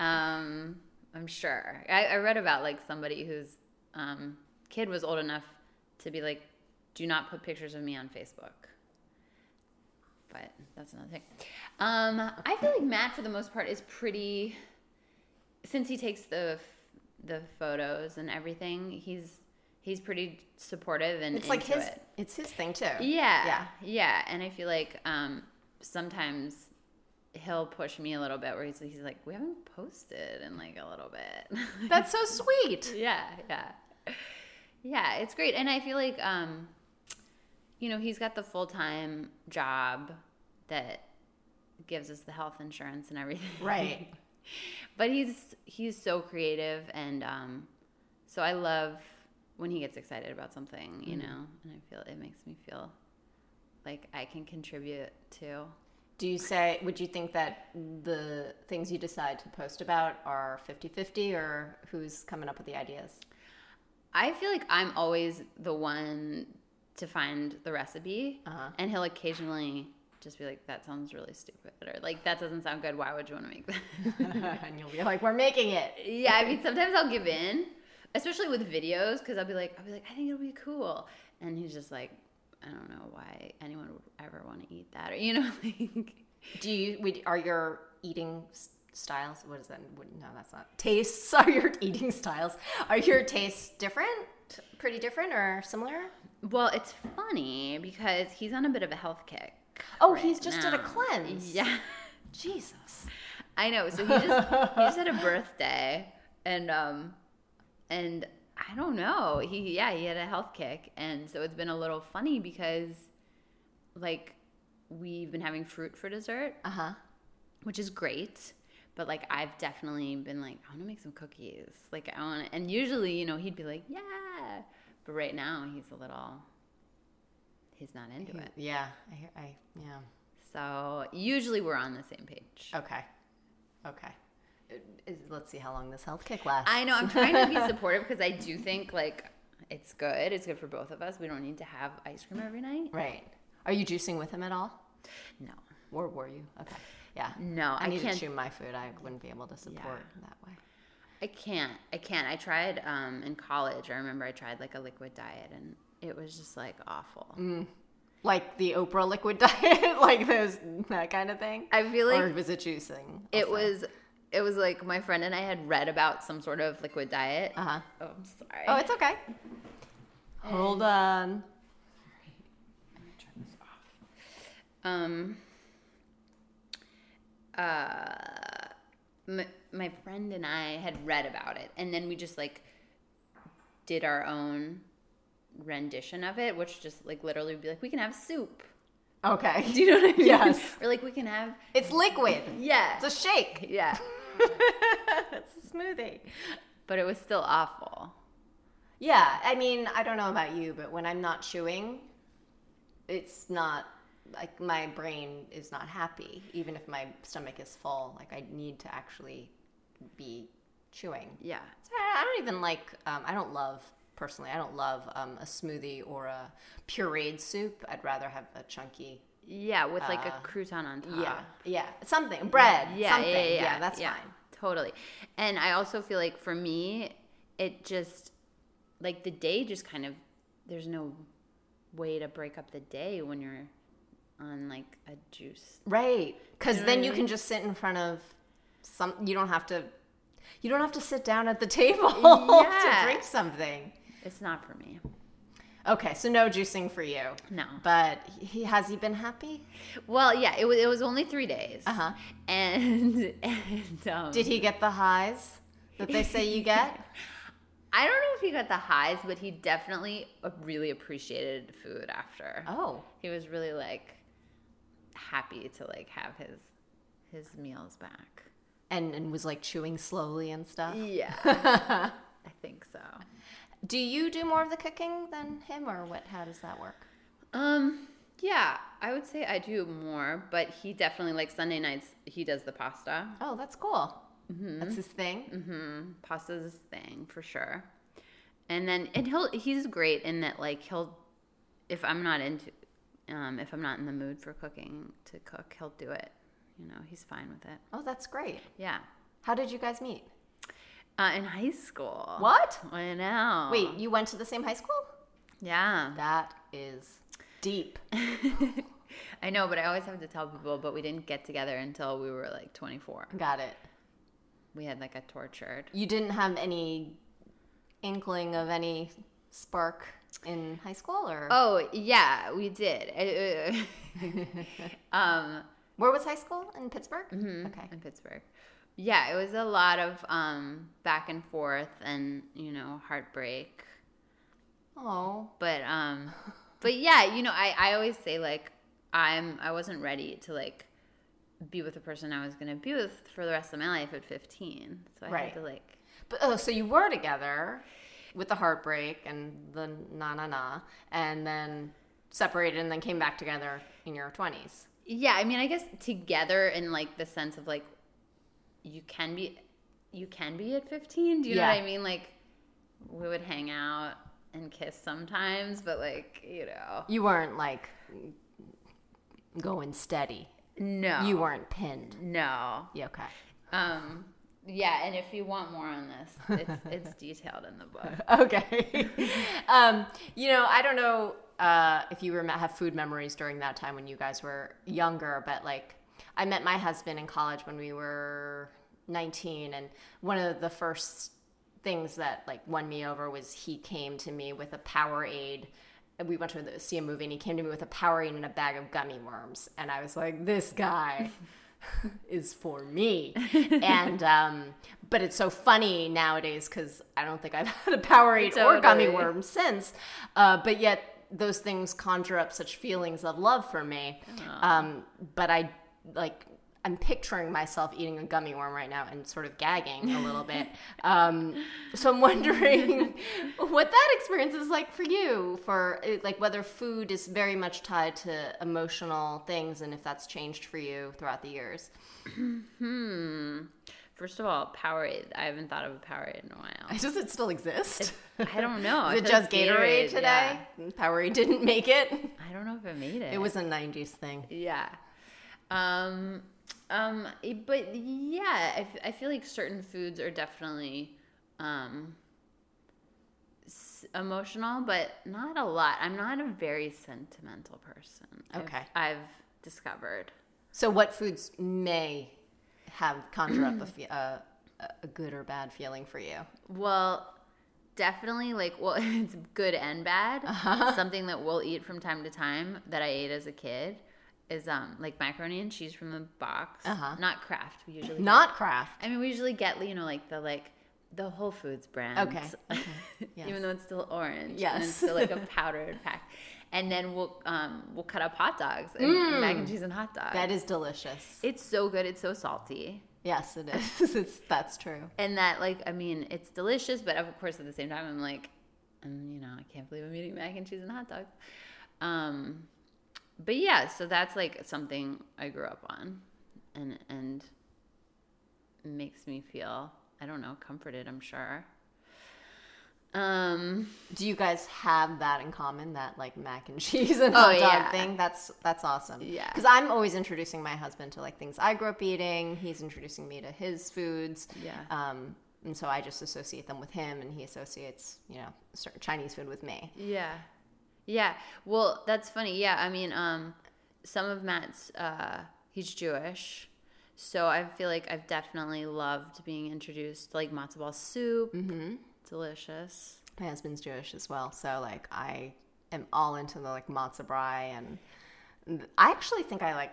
[SPEAKER 2] Um, I'm sure. I, I read about like somebody whose um, kid was old enough to be like, do not put pictures of me on Facebook but that's another thing. Um, I feel like Matt, for the most part, is pretty. Since he takes the the photos and everything, he's he's pretty supportive and
[SPEAKER 1] It's like
[SPEAKER 2] into
[SPEAKER 1] his.
[SPEAKER 2] it.
[SPEAKER 1] It's his thing too.
[SPEAKER 2] Yeah,
[SPEAKER 1] Yeah.
[SPEAKER 2] yeah, yeah. And I feel like um, sometimes he'll push me a little bit, where he's he's like, "We haven't posted in like a little bit."
[SPEAKER 1] That's so sweet.
[SPEAKER 2] yeah, yeah, yeah. It's great, and I feel like um, you know, he's got the full time job that gives us the health insurance and everything,
[SPEAKER 1] Right.
[SPEAKER 2] but he's he's so creative, and um, so I love when he gets excited about something, you know, and I feel it makes me feel like I can contribute to.
[SPEAKER 1] Do you say, would you think that the things you decide to post about are 50 50 or who's coming up with the ideas?
[SPEAKER 2] I feel like I'm always the one to find the recipe,
[SPEAKER 1] Uh-huh.
[SPEAKER 2] and he'll occasionally just be like, "That sounds really stupid," or like, "That doesn't sound good. Why would you want to make that?"
[SPEAKER 1] and you'll be like, we're making it.
[SPEAKER 2] yeah, I mean, sometimes I'll give in, especially with videos, because I'll be like, "I'll be like, I think it'll be cool," and he's just like, "I don't know why anyone would ever want to eat that," or you know, like,
[SPEAKER 1] Do you, would, are your eating s- styles, what is that? Would- No, that's not. Tastes are your eating styles. Are your tastes different? Pretty different or similar?
[SPEAKER 2] well, it's funny because he's on a bit of a health kick.
[SPEAKER 1] Oh,
[SPEAKER 2] right
[SPEAKER 1] he's just did a
[SPEAKER 2] now.
[SPEAKER 1] cleanse.
[SPEAKER 2] Yeah.
[SPEAKER 1] Jesus.
[SPEAKER 2] I know. So he just he just had a birthday, and um, and I don't know. He yeah, he had a health kick, and so it's been a little funny because, like, we've been having fruit for dessert,
[SPEAKER 1] Uh huh.
[SPEAKER 2] which is great. But like, I've definitely been like, I want to make some cookies. Like, I want, and usually, you know, he'd be like, yeah. But right now, he's a little. He's not into it.
[SPEAKER 1] Yeah. I, hear- I, yeah.
[SPEAKER 2] So usually we're on the same page.
[SPEAKER 1] Okay. Okay. Uh, Let's see how long this health kick lasts.
[SPEAKER 2] I know. I'm trying to be supportive because I do think like it's good. It's good for both of us. We don't need to have ice cream every night.
[SPEAKER 1] right. Are you juicing with him at all?
[SPEAKER 2] No,
[SPEAKER 1] Or were you? Okay. Yeah.
[SPEAKER 2] no,
[SPEAKER 1] I,
[SPEAKER 2] I,
[SPEAKER 1] need
[SPEAKER 2] can't.
[SPEAKER 1] to chew my food. I wouldn't be able to support that way.
[SPEAKER 2] I can't. I can't. I tried um, in college. I remember I tried like a liquid diet, and it was just like awful.
[SPEAKER 1] Mm. Like the Oprah liquid diet, like those that kind of thing.
[SPEAKER 2] I feel like
[SPEAKER 1] or was it juicing?
[SPEAKER 2] it was. It was like my friend and I had read about some sort of liquid diet.
[SPEAKER 1] Uh huh.
[SPEAKER 2] Oh, I'm sorry.
[SPEAKER 1] Oh, it's okay. Hold on.
[SPEAKER 2] um uh my, my friend and i had read about it and then we just like did our own rendition of it which just like literally would be like we can have soup
[SPEAKER 1] Okay.
[SPEAKER 2] do you know what i mean
[SPEAKER 1] Yes.
[SPEAKER 2] or like we can have
[SPEAKER 1] It's liquid.
[SPEAKER 2] yeah
[SPEAKER 1] It's a shake.
[SPEAKER 2] yeah
[SPEAKER 1] it's a smoothie.
[SPEAKER 2] but it was still awful
[SPEAKER 1] Yeah, I mean, I don't know about you, but when I'm not chewing, it's not like my brain is not happy, even if my stomach is full. Like I need to actually be chewing.
[SPEAKER 2] Yeah.
[SPEAKER 1] So I I don't even like. Um, I don't love personally. I don't love um, a smoothie or a pureed soup. I'd rather have a chunky.
[SPEAKER 2] Yeah, with like a crouton on top.
[SPEAKER 1] Uh, Yeah, yeah, something bread.
[SPEAKER 2] Yeah,
[SPEAKER 1] something.
[SPEAKER 2] yeah, yeah,
[SPEAKER 1] that's
[SPEAKER 2] yeah,
[SPEAKER 1] fine.
[SPEAKER 2] Totally. And I also feel like for me, it just like the day just kind of there's no way to break up the day when you're on like a juice.
[SPEAKER 1] Right, because
[SPEAKER 2] know
[SPEAKER 1] then
[SPEAKER 2] what I
[SPEAKER 1] you
[SPEAKER 2] mean?
[SPEAKER 1] can just sit in front of some. You don't have to. You don't have to sit down at the table
[SPEAKER 2] Yeah.
[SPEAKER 1] to drink something.
[SPEAKER 2] It's not for me.
[SPEAKER 1] Okay, so no juicing for you.
[SPEAKER 2] No.
[SPEAKER 1] But he has he been happy?
[SPEAKER 2] Well, yeah, it was it was only 3 days.
[SPEAKER 1] Uh-huh.
[SPEAKER 2] And and um
[SPEAKER 1] Did he get the highs that they say you get?
[SPEAKER 2] I don't know if he got the highs, but he definitely uh, really appreciated food after.
[SPEAKER 1] Oh,
[SPEAKER 2] He was really like happy to like have his his meals back.
[SPEAKER 1] and and was like chewing slowly and stuff.
[SPEAKER 2] Yeah. I think so.
[SPEAKER 1] Do you do more of the cooking than him, or what? How does that work?
[SPEAKER 2] Um yeah, I would say I do more, but he definitely like Sunday nights he does the pasta.
[SPEAKER 1] Oh, that's cool.
[SPEAKER 2] Mm-hmm.
[SPEAKER 1] That's his thing.
[SPEAKER 2] Mhm. Pasta's his thing for sure. And then and he'll he's great in that like he'll if I'm not into um if I'm not in the mood for cooking to cook, he'll do it. You know, he's fine with it.
[SPEAKER 1] Oh, that's great.
[SPEAKER 2] Yeah.
[SPEAKER 1] How did you guys meet?
[SPEAKER 2] Uh, in high school.
[SPEAKER 1] What?
[SPEAKER 2] I know.
[SPEAKER 1] Wait, you went to the same high school?
[SPEAKER 2] Yeah.
[SPEAKER 1] That is deep.
[SPEAKER 2] I know, but I always have to tell people, but we didn't get together until we were like 24.
[SPEAKER 1] Got it.
[SPEAKER 2] We had like a tortured.
[SPEAKER 1] You didn't have any inkling of any spark in high school, or
[SPEAKER 2] Oh, yeah, we did. I- I- um,
[SPEAKER 1] where was high school in Pittsburgh? Okay.
[SPEAKER 2] in Pittsburgh. Yeah, it was a lot of um, back and forth and, you know, heartbreak.
[SPEAKER 1] Oh,
[SPEAKER 2] But um but yeah, you know, I I always say like I'm I wasn't ready to like be with the person I was going to be with for the rest of my life at 15. So I
[SPEAKER 1] Right.
[SPEAKER 2] had to like
[SPEAKER 1] but oh, so you were together with the heartbreak and the na na na, and then separated, and then came back together in your twenties.
[SPEAKER 2] Yeah, I mean, I guess together in like the sense of like you can be you can be at 15, do you know what
[SPEAKER 1] Yeah.
[SPEAKER 2] I mean? Like we would hang out and kiss sometimes, but like, you know.
[SPEAKER 1] You weren't like going steady.
[SPEAKER 2] No.
[SPEAKER 1] You weren't pinned.
[SPEAKER 2] no.
[SPEAKER 1] Yeah, okay.
[SPEAKER 2] Um yeah, and if you want more on this, it's it's detailed in the book.
[SPEAKER 1] Okay. um, you know, I don't know uh, if you rem- have food memories during that time when you guys were younger, but like I met my husband in college when we were 19, and one of the first things that like won me over was he came to me with a Powerade. and We went to the- see a movie, and he came to me with a Powerade and a bag of gummy worms, and I was like, "This guy." is for me. and um, but it's so funny nowadays because I don't think I've had a Powerade or gummy
[SPEAKER 2] Totally.
[SPEAKER 1] worm since. Uh, but yet those things conjure up such feelings of love for me. Um, but I like. I'm picturing myself eating a gummy worm right now and sort of gagging a little bit. Um, so I'm wondering what that experience is like for you, for eh, like whether food is very much tied to emotional things and if that's changed for you throughout the years.
[SPEAKER 2] Hmm. First of all, Powerade. I haven't thought of a Powerade in a while.
[SPEAKER 1] Does it still exist?
[SPEAKER 2] I don't know. I
[SPEAKER 1] Is it
[SPEAKER 2] feel
[SPEAKER 1] just
[SPEAKER 2] like
[SPEAKER 1] Gatorade, today?
[SPEAKER 2] yeah.
[SPEAKER 1] Powerade didn't make it.
[SPEAKER 2] I don't know if it made it.
[SPEAKER 1] It was a 90s thing.
[SPEAKER 2] Yeah. Um, um, it- but yeah, I, f- I feel like certain foods are definitely um, s- emotional, but not a lot. I'm not a very sentimental person. I've-
[SPEAKER 1] Okay.
[SPEAKER 2] I've, discovered.
[SPEAKER 1] So, what foods may have conjure up a, fe- a, a good or bad feeling for you?
[SPEAKER 2] Well, definitely like, well, it's good and bad.
[SPEAKER 1] Uh-huh.
[SPEAKER 2] Something that we'll eat from time to time that I ate as a kid is um like macaroni and cheese from the box.
[SPEAKER 1] Uh-huh.
[SPEAKER 2] Not craft. We usually
[SPEAKER 1] Not craft.
[SPEAKER 2] I mean, we usually get you know like the like the Whole Foods brand,
[SPEAKER 1] Okay. Yes.
[SPEAKER 2] even though it's still orange, and
[SPEAKER 1] Yes.
[SPEAKER 2] it's still like a powdered pack. And then we'll um, we'll cut up hot dogs and mac and cheese and hot dogs.
[SPEAKER 1] Mm. That is delicious.
[SPEAKER 2] it's so good. It's so salty,
[SPEAKER 1] Yes, it is. it's, that's true.
[SPEAKER 2] and that like I mean, it's delicious. But of course, at the same time, I'm like, um, you know, I can't believe I'm eating mac and cheese and hot dogs. Um, but yeah, so that's like something I grew up on, and and makes me feel I don't know comforted. I'm sure. Um.
[SPEAKER 1] Do you guys have that in common? That like mac and cheese and
[SPEAKER 2] Oh,
[SPEAKER 1] hot dog
[SPEAKER 2] yeah.
[SPEAKER 1] thing. That's that's awesome.
[SPEAKER 2] Yeah.
[SPEAKER 1] Because I'm always introducing my husband to like things I grew up eating. He's introducing me to his foods.
[SPEAKER 2] Yeah.
[SPEAKER 1] Um, and so I just associate them with him, and he associates you know certain Chinese food with me.
[SPEAKER 2] Yeah. Yeah. Well, that's funny. Yeah. I mean, um, some of Matt's, uh, he's Jewish. So I feel like I've definitely loved being introduced to, like matzo ball soup.
[SPEAKER 1] Mm.
[SPEAKER 2] Delicious.
[SPEAKER 1] My husband's Jewish as well, so like I am all into the like matzo brie, and I actually think I like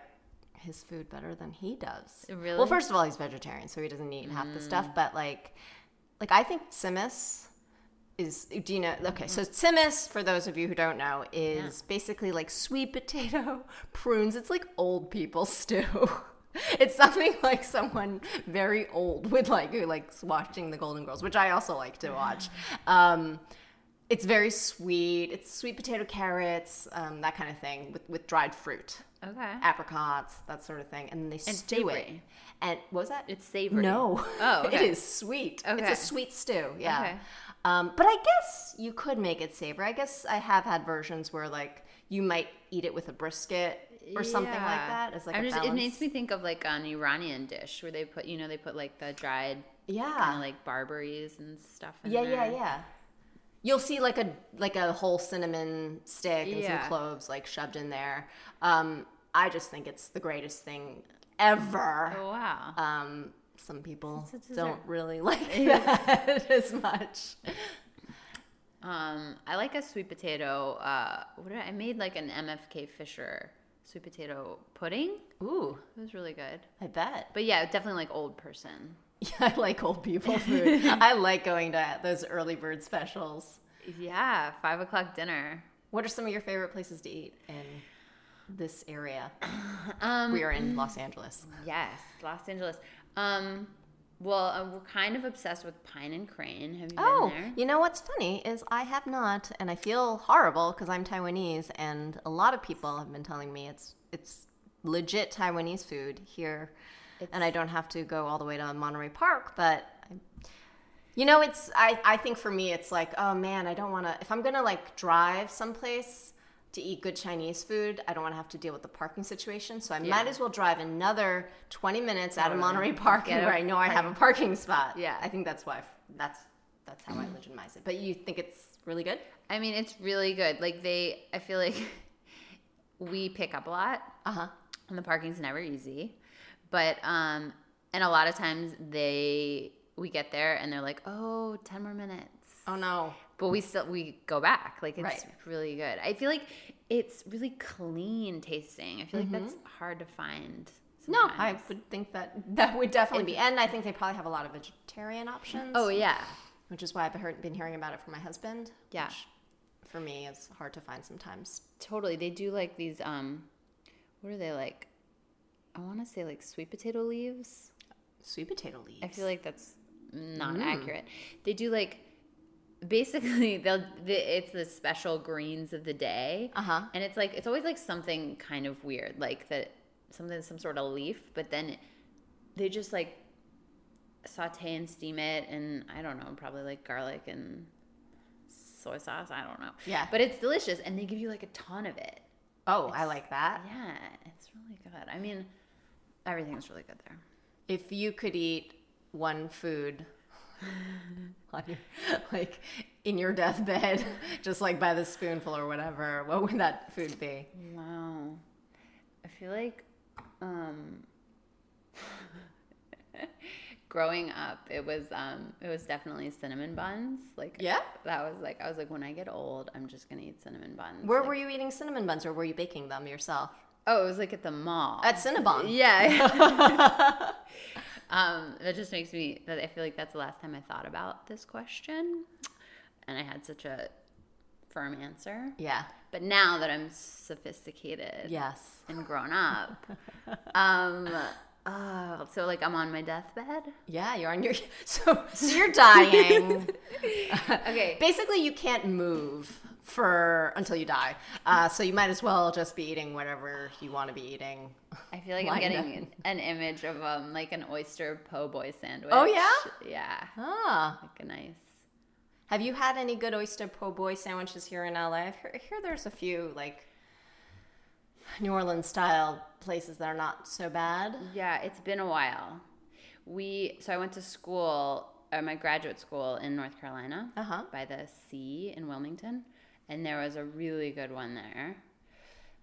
[SPEAKER 1] his food better than he does.
[SPEAKER 2] Really?
[SPEAKER 1] Well, first of all, he's vegetarian, so he doesn't eat half the stuff. But like, like I think Simis is. Do you know? Okay, so Simis, for those of you who don't know, is basically like sweet potato prunes. It's like old people stew. It's something like someone very old would like, who likes watching The Golden Girls, which I also like to watch. Um, it's very sweet. It's sweet potato carrots, um, that kind of thing, with, with dried fruit,
[SPEAKER 2] Okay.
[SPEAKER 1] apricots, that sort of thing, and then they stew it.
[SPEAKER 2] savory.
[SPEAKER 1] And what was that?
[SPEAKER 2] It's savory.
[SPEAKER 1] No.
[SPEAKER 2] Oh, okay.
[SPEAKER 1] it is sweet.
[SPEAKER 2] Okay.
[SPEAKER 1] It's a sweet stew. Yeah.
[SPEAKER 2] Okay.
[SPEAKER 1] Um, but I guess you could make it savory. I guess I have had versions where like you might eat it with a brisket or something like
[SPEAKER 2] Yeah.
[SPEAKER 1] that. As like
[SPEAKER 2] I'm
[SPEAKER 1] a
[SPEAKER 2] just, it
[SPEAKER 1] balance.
[SPEAKER 2] makes me think of like an Iranian dish where they put, you know, they put like the dried kind
[SPEAKER 1] yeah.
[SPEAKER 2] of like barberries and stuff. In
[SPEAKER 1] yeah,
[SPEAKER 2] there.
[SPEAKER 1] yeah, yeah. You'll see like a like a whole cinnamon stick and
[SPEAKER 2] Yeah.
[SPEAKER 1] some cloves like shoved in there. Um, I just think it's the greatest thing ever.
[SPEAKER 2] Oh, wow.
[SPEAKER 1] Um, some people
[SPEAKER 2] It's a dessert.
[SPEAKER 1] don't really like that as much.
[SPEAKER 2] Um, I like a sweet potato. Uh, what did I, I made like an MFK Fisher sweet potato pudding.
[SPEAKER 1] Ooh,
[SPEAKER 2] It was really good.
[SPEAKER 1] I bet.
[SPEAKER 2] But yeah, definitely like old person.
[SPEAKER 1] Yeah, I like old people food. I like going to those early bird specials.
[SPEAKER 2] Yeah, five o'clock dinner.
[SPEAKER 1] What are some of your favorite places to eat in this area? we are in Los Angeles.
[SPEAKER 2] Um, Yes, Los Angeles. Um, well, uh, we're kind of obsessed with Pine and Crane. Have you
[SPEAKER 1] Oh,
[SPEAKER 2] been there?
[SPEAKER 1] you know what's funny is I have not, and I feel horrible because I'm Taiwanese, and a lot of people have been telling me it's it's legit Taiwanese food here, and I don't have to go all the way to Monterey Park, but. I, you know, it's I, I think for me it's like, oh man, I don't wanna if I'm gonna like drive someplace to eat good Chinese food, I don't wanna have to deal with the parking situation. So I might as well drive another twenty minutes out of Monterey Park
[SPEAKER 2] Get a
[SPEAKER 1] where I know I have a parking spot.
[SPEAKER 2] Yeah.
[SPEAKER 1] I think that's why that's that's how I legitimize it. But you think it's really good?
[SPEAKER 2] I mean, it's really good. Like they, I feel like we pick up a lot.
[SPEAKER 1] Uh huh.
[SPEAKER 2] and the parking's never easy but um and a lot of times they we get there and they're like oh 10 more minutes
[SPEAKER 1] Oh no.
[SPEAKER 2] but we still we go back like it's
[SPEAKER 1] Right.
[SPEAKER 2] really good i feel like it's really clean tasting i feel like that's hard to find
[SPEAKER 1] Mm-hmm. No,
[SPEAKER 2] sometimes.
[SPEAKER 1] I would think that that would definitely be, and I think they probably have a lot of vegetarian options.
[SPEAKER 2] oh yeah
[SPEAKER 1] which is why I've heard, been hearing about it from my husband.
[SPEAKER 2] Yeah.
[SPEAKER 1] which for me is hard to find sometimes.
[SPEAKER 2] totally they do like these um what are they like i want to say like sweet potato leaves
[SPEAKER 1] Sweet potato leaves.
[SPEAKER 2] I feel like that's not accurate. They do like basically they'll the, it's the special greens of the day,
[SPEAKER 1] Uh-huh.
[SPEAKER 2] and it's like it's always like something kind of weird, like that something some sort of leaf, but then they just like saute and steam it, and I don't know, probably like garlic and soy sauce. I don't know.
[SPEAKER 1] Yeah.
[SPEAKER 2] but it's delicious, and they give you like a ton of it.
[SPEAKER 1] oh, I like that.
[SPEAKER 2] Yeah, it's really good. I mean, everything's really good there.
[SPEAKER 1] If you could eat one food on your, like in your deathbed, just like by the spoonful or whatever, what would that food be?
[SPEAKER 2] Wow. I feel like um growing up it was um it was definitely cinnamon buns. Like
[SPEAKER 1] Yeah?
[SPEAKER 2] That was like I was like when I get old I'm just gonna eat cinnamon buns.
[SPEAKER 1] Where
[SPEAKER 2] Like-
[SPEAKER 1] were you eating cinnamon buns or were you baking them yourself?
[SPEAKER 2] Oh, it was like at the mall.
[SPEAKER 1] At Cinnabon.
[SPEAKER 2] yeah. um, that just makes me that I feel like that's the last time I thought about this question. And I had such a firm answer.
[SPEAKER 1] Yeah.
[SPEAKER 2] But now that I'm sophisticated
[SPEAKER 1] Yes.
[SPEAKER 2] and grown up. um, Oh, so like I'm on my deathbed?
[SPEAKER 1] Yeah, you're on your so so you're dying.
[SPEAKER 2] Okay.
[SPEAKER 1] Basically, you can't move for until you die. Uh, so you might as well just be eating whatever you want to be eating.
[SPEAKER 2] I feel like I'm
[SPEAKER 1] Lined
[SPEAKER 2] getting an image of um like an oyster po' boy sandwich.
[SPEAKER 1] Oh, yeah?
[SPEAKER 2] Yeah.
[SPEAKER 1] Ah,
[SPEAKER 2] Like a nice.
[SPEAKER 1] have you had any good oyster po' boy sandwiches here in LA? I've heard, I hear there's a few like New Orleans style places that are not so bad.
[SPEAKER 2] Yeah, it's been a while. We so I went to school, uh, my graduate school in North Carolina
[SPEAKER 1] Uh huh.
[SPEAKER 2] by the sea in Wilmington, and there was a really good one there.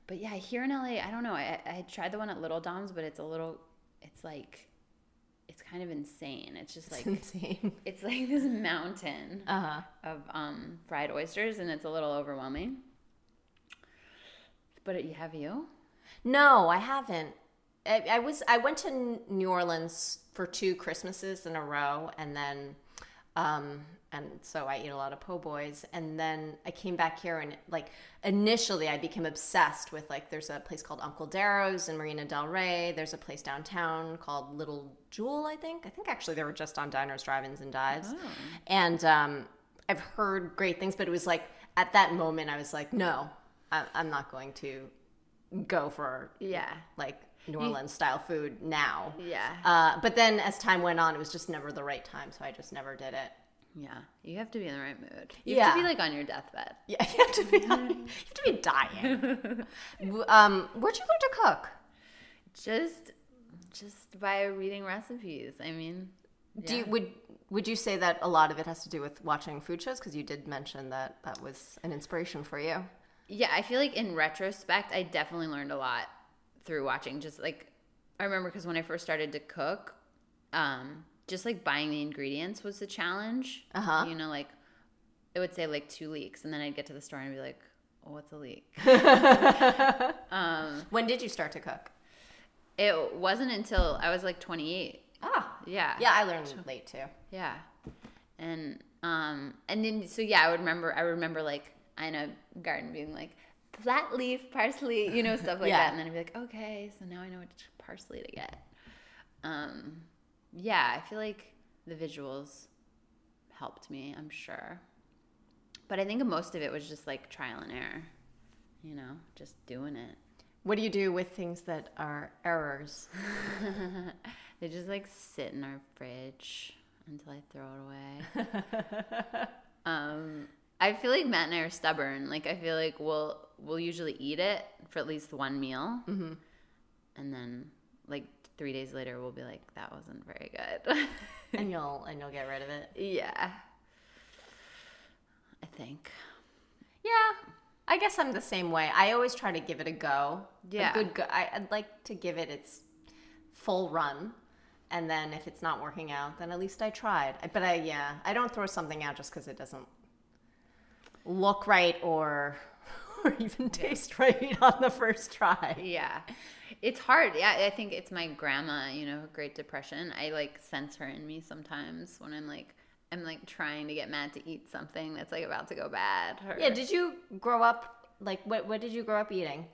[SPEAKER 2] But yeah, here in LA, I don't know. I, I had tried the one at Little Dom's, but it's a little, it's like, it's kind of insane. It's just
[SPEAKER 1] It's
[SPEAKER 2] like
[SPEAKER 1] insane.
[SPEAKER 2] it's like this mountain
[SPEAKER 1] Uh huh.
[SPEAKER 2] of um, fried oysters, and it's a little overwhelming. But you have you?
[SPEAKER 1] No, I haven't. I, I was I went to N- New Orleans for two Christmases in a row, and then, um, and so I eat a lot of po' boys, and then I came back here and like initially I became obsessed with like there's a place called Uncle Darrow's in Marina Del Rey. There's a place downtown called Little Jewel, I think. I think actually they were just on Diners, Drive-ins, and Dives, and um, I've heard great things, but it was like at that moment I was like, no, I, I'm not going to go for
[SPEAKER 2] Yeah,
[SPEAKER 1] like New Orleans style food now.
[SPEAKER 2] yeah,
[SPEAKER 1] Uh, but then as time went on, it was just never the right time, so I just never did it.
[SPEAKER 2] yeah. You have to be in the right mood. You have to
[SPEAKER 1] Yeah.
[SPEAKER 2] be like on your deathbed.
[SPEAKER 1] Yeah, you have to be, you have to be dying. W- um, where'd you learn to cook?
[SPEAKER 2] Just, just by reading recipes. I mean,
[SPEAKER 1] Do you, would would you say that a lot of it has to do with watching food shows? Because you did mention that that was an inspiration for you.
[SPEAKER 2] Yeah, I feel like in retrospect, I definitely learned a lot through watching. Just like I remember because when I first started to cook, um, just like buying the ingredients was the challenge.
[SPEAKER 1] Uh-huh.
[SPEAKER 2] You know, like it would say like two leeks, and then I'd get to the store and be like, oh, "What's a leek?" um,
[SPEAKER 1] When did you start to cook?
[SPEAKER 2] it wasn't until I was like 28.
[SPEAKER 1] Ah,
[SPEAKER 2] Yeah.
[SPEAKER 1] yeah, I learned late too.
[SPEAKER 2] Yeah. And um and then so yeah, I would remember I remember like in a garden being like flat leaf parsley, you know, stuff like
[SPEAKER 1] Yeah.
[SPEAKER 2] that. And then I'd be like, okay, so now I know which parsley to get. Um yeah, I feel like the visuals helped me, I'm sure. But I think most of it was just like trial and error. You know, just doing it.
[SPEAKER 1] What do you do with things that are errors?
[SPEAKER 2] they just like sit in our fridge until I throw it away. um, I feel like Matt and I are stubborn. Like I feel like we'll we'll usually eat it for at least one meal,
[SPEAKER 1] Mm-hmm.
[SPEAKER 2] and then like three days later we'll be like that wasn't very good.
[SPEAKER 1] and you'll and you'll get rid of it.
[SPEAKER 2] yeah, I think.
[SPEAKER 1] Yeah, I guess I'm the same way. I always try to give it a go. A
[SPEAKER 2] Yeah.
[SPEAKER 1] good go. I, I'd like to give it its full run, and then if it's not working out, then at least I tried. I- But I yeah, I don't throw something out just because it doesn't look right or or even taste right on the first try.
[SPEAKER 2] Yeah. It's hard. Yeah, I think it's my grandma, you know, Great Depression. I like sense her in me sometimes when I'm like I'm like trying to get Matt to eat something that's like about to go bad. or-
[SPEAKER 1] Yeah. Did you grow up like what? What did you grow up eating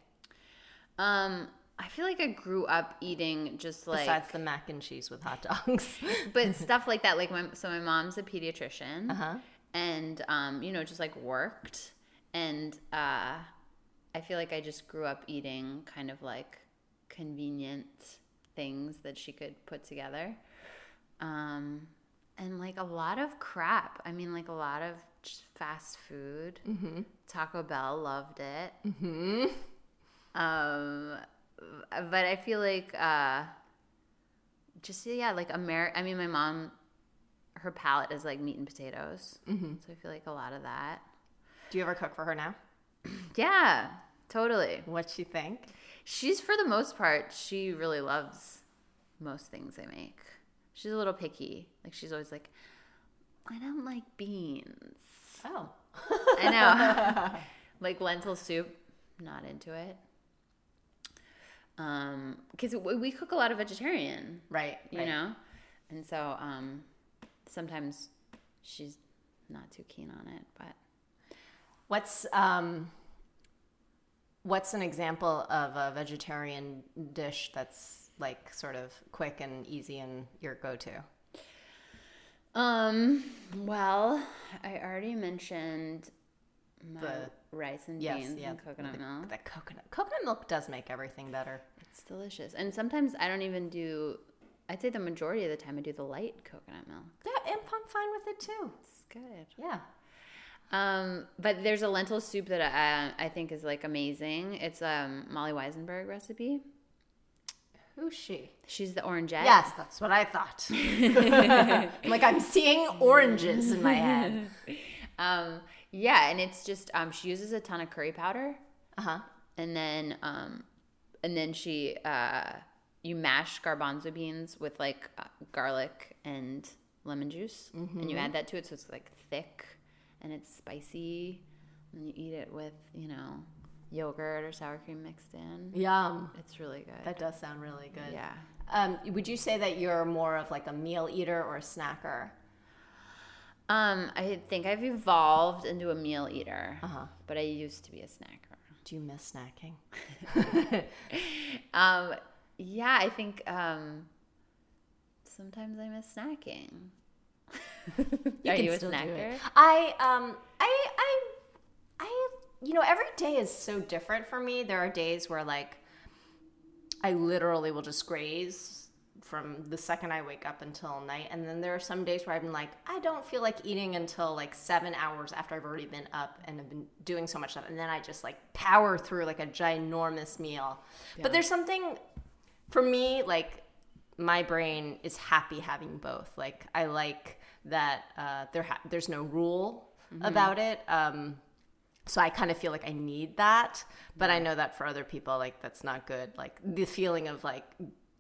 [SPEAKER 2] um I feel like I grew up eating just like
[SPEAKER 1] besides the mac and cheese with hot dogs?
[SPEAKER 2] but stuff like that like my so my mom's a pediatrician.
[SPEAKER 1] Uh-huh.
[SPEAKER 2] And um you know, just like worked and uh I feel like I just grew up eating kind of like convenient things that she could put together. Um, and like a lot of crap. I mean, like a lot of ch- fast food. Taco Bell loved it. Um, but I feel like uh, just yeah, like America. I mean, my mom, her palate is like meat and potatoes. So I feel like a lot of that.
[SPEAKER 1] do you ever cook for her now?
[SPEAKER 2] Yeah, totally.
[SPEAKER 1] What she think?
[SPEAKER 2] She's for the most part, she really loves most things I make. She's a little picky. Like she's always like, I don't like beans.
[SPEAKER 1] Oh.
[SPEAKER 2] I know. like lentil soup, not into it. Um, because we cook a lot of vegetarian,
[SPEAKER 1] Right.
[SPEAKER 2] you
[SPEAKER 1] right.
[SPEAKER 2] know, and so um, sometimes she's not too keen on it, but
[SPEAKER 1] What's um, what's an example of a vegetarian dish that's like sort of quick and easy and your go-to?
[SPEAKER 2] Um. Well, I already mentioned my
[SPEAKER 1] The-
[SPEAKER 2] rice and
[SPEAKER 1] Yes,
[SPEAKER 2] beans
[SPEAKER 1] yeah,
[SPEAKER 2] and coconut
[SPEAKER 1] the,
[SPEAKER 2] milk.
[SPEAKER 1] The coconut coconut milk does make everything better.
[SPEAKER 2] It's delicious, and sometimes I don't even do. I'd say the majority of the time I do the light coconut milk.
[SPEAKER 1] Yeah, and I'm fine with it too.
[SPEAKER 2] It's good.
[SPEAKER 1] Yeah.
[SPEAKER 2] Um, but there's a lentil soup that uh, I, I think is like amazing. It's um Molly Weisenberg recipe.
[SPEAKER 1] Who's she?
[SPEAKER 2] She's the orangeette.
[SPEAKER 1] Yes, that's what I thought. I'm like I'm seeing oranges in my head.
[SPEAKER 2] Um, yeah, and it's just um she uses a ton of curry powder,
[SPEAKER 1] Uh huh.
[SPEAKER 2] and then um, and then she uh you mash garbanzo beans with like uh, garlic and lemon juice,
[SPEAKER 1] Mm-hmm.
[SPEAKER 2] and you add that to it, so it's like thick and it's spicy, and you eat it with you know yogurt or sour cream mixed in.
[SPEAKER 1] Yum.
[SPEAKER 2] It's really good.
[SPEAKER 1] That does sound really good.
[SPEAKER 2] yeah.
[SPEAKER 1] Um, would you say that you're more of like a meal eater or a snacker?
[SPEAKER 2] Um, I think I've evolved into a meal eater,
[SPEAKER 1] Uh-huh.
[SPEAKER 2] but I used to be a snacker.
[SPEAKER 1] Do you miss snacking?
[SPEAKER 2] Um, yeah, I think um, sometimes I miss snacking. Are you a snacker?
[SPEAKER 1] I um I I I you know every day is so different for me. There are days where like I literally will just graze from the second I wake up until night, and then there are some days where I'm like I don't feel like eating until like seven hours after I've already been up and have been doing so much stuff, and then I just like power through like a ginormous meal. But there's something for me like my brain is happy having both. Like I like that uh, there ha- there's no rule
[SPEAKER 2] Mm-hmm.
[SPEAKER 1] about it. Um, so I kind of feel like I need that, but I know that for other people, like that's not good. Like the feeling of like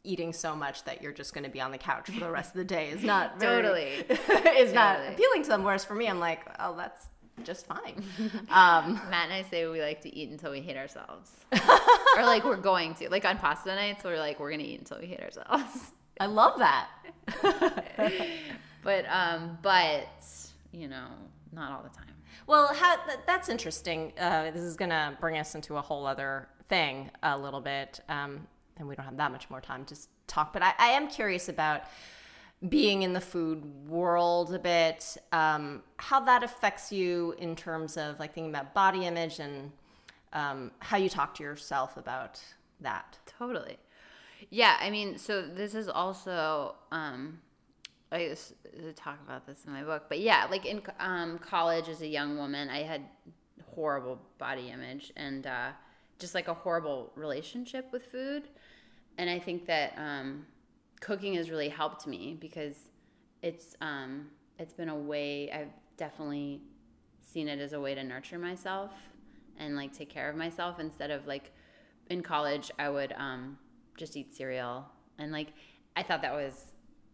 [SPEAKER 1] eating so much that you're just going to be on the couch for the rest of the day is not very-
[SPEAKER 2] Totally.
[SPEAKER 1] is not
[SPEAKER 2] Totally.
[SPEAKER 1] appealing to them. Whereas for me, I'm like, oh, that's just fine. um,
[SPEAKER 2] Matt and I say we like to eat until we hate ourselves, or like we're going to. Like on pasta nights, we're like we're gonna eat until we hate ourselves.
[SPEAKER 1] I love that.
[SPEAKER 2] But um, but you know, not all the time.
[SPEAKER 1] Well, how, th- that's interesting. Uh, this is going to bring us into a whole other thing a little bit, um, and we don't have that much more time to s- talk. But I, I am curious about being in the food world a bit, um, how that affects you in terms of like thinking about body image and um, how you talk to yourself about that.
[SPEAKER 2] Totally. Yeah, I mean, so this is also um I s- talk about this in my book, but yeah, like in co- um college as a young woman, I had horrible body image and uh just like a horrible relationship with food. And I think that um cooking has really helped me because it's um it's been a way I've definitely seen it as a way to nurture myself and like take care of myself instead of like in college I would um just eat cereal and like I thought that was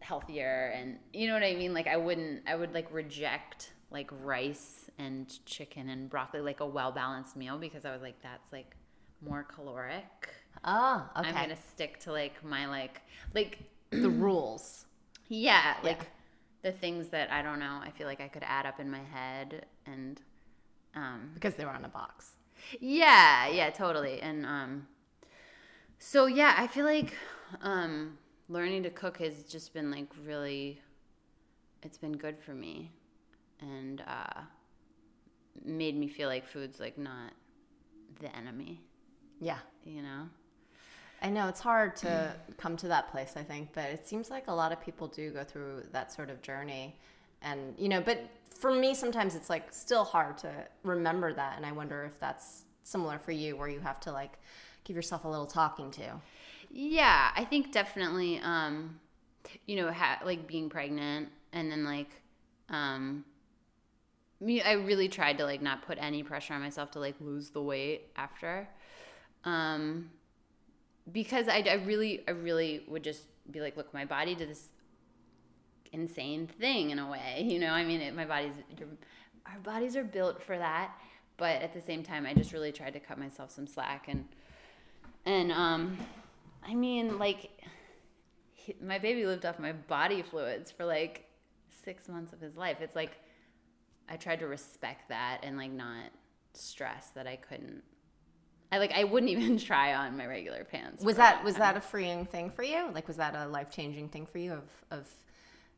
[SPEAKER 2] healthier and you know what I mean like I wouldn't I would like reject like rice and chicken and broccoli like a well balanced meal because I was like that's like more caloric
[SPEAKER 1] Oh, okay.
[SPEAKER 2] I'm going to stick to like my like like
[SPEAKER 1] the rules.
[SPEAKER 2] yeah,
[SPEAKER 1] Yeah.
[SPEAKER 2] like the things that I don't know, I feel like I could add up in my head and um
[SPEAKER 1] Because they were on a box.
[SPEAKER 2] yeah, yeah, totally. And um so yeah, I feel like um learning to cook has just been like really it's been good for me and uh made me feel like food's like not the enemy,
[SPEAKER 1] Yeah.
[SPEAKER 2] you know?
[SPEAKER 1] I know it's hard to come to that place, I think, but it seems like a lot of people do go through that sort of journey. And, you know, but for me, sometimes it's like still hard to remember that. And I wonder if that's similar for you, where you have to like give yourself a little talking to.
[SPEAKER 2] Yeah, I think definitely. Um, you know, ha- like being pregnant, and then like, um, me, I really tried to like not put any pressure on myself to like lose the weight after, um, because I, I really, I really would just be like, look, my body did this insane thing in a way. You know, I mean, it, my body's, your, our bodies are built for that. But at the same time, I just really tried to cut myself some slack and and um, I mean, like, he, my baby lived off my body fluids for like six months of his life. It's like I tried to respect that and like not stress that I couldn't. I like I wouldn't even try on my regular pants.
[SPEAKER 1] Was
[SPEAKER 2] for a
[SPEAKER 1] that
[SPEAKER 2] long
[SPEAKER 1] was
[SPEAKER 2] time.
[SPEAKER 1] that a freeing thing for you? Like, was that a life changing thing for you? Of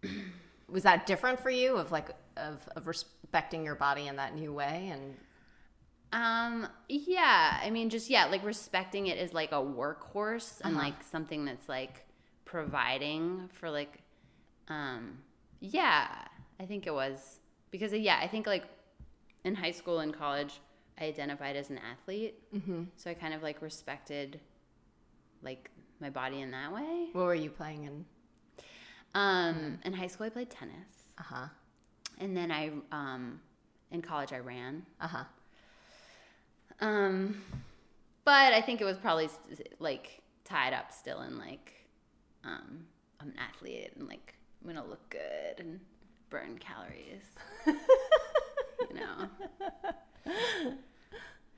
[SPEAKER 1] of was that different for you? Of like of of respecting your body in that new way and
[SPEAKER 2] Um, yeah, I mean, just yeah, like respecting it as like a workhorse and like something that's like providing for like, um, yeah, I think it was because uh, yeah, I think like in high school and college, I identified as an athlete, mm-hmm. so I kind of like respected like my body in that way.
[SPEAKER 1] what were you playing in?
[SPEAKER 2] Um, in high school, I played tennis,
[SPEAKER 1] Uh huh.
[SPEAKER 2] and then I, um, in college, I ran.
[SPEAKER 1] Uh huh.
[SPEAKER 2] Um, but I think it was probably s- like tied up still in like, um, I'm an athlete and like I'm gonna look good and burn calories, you know.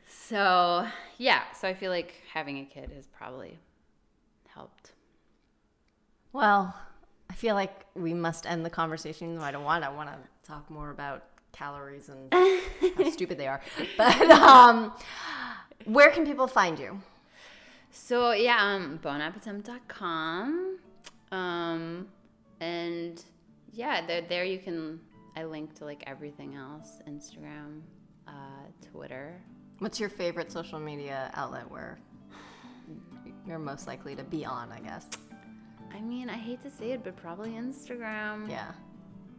[SPEAKER 2] So yeah, so I feel like having a kid has probably helped.
[SPEAKER 1] Well, I feel like we must end the conversation. though I don't want. I want to talk more about calories and how stupid they are. But um, where can people find you?
[SPEAKER 2] So yeah, um, bonappetit.com. Um, and yeah, there, there you can. I link to like everything else: Instagram, uh, Twitter.
[SPEAKER 1] What's your favorite social media outlet where you're most likely to be on? I guess.
[SPEAKER 2] I mean, I hate to say it, but probably Instagram.
[SPEAKER 1] Yeah,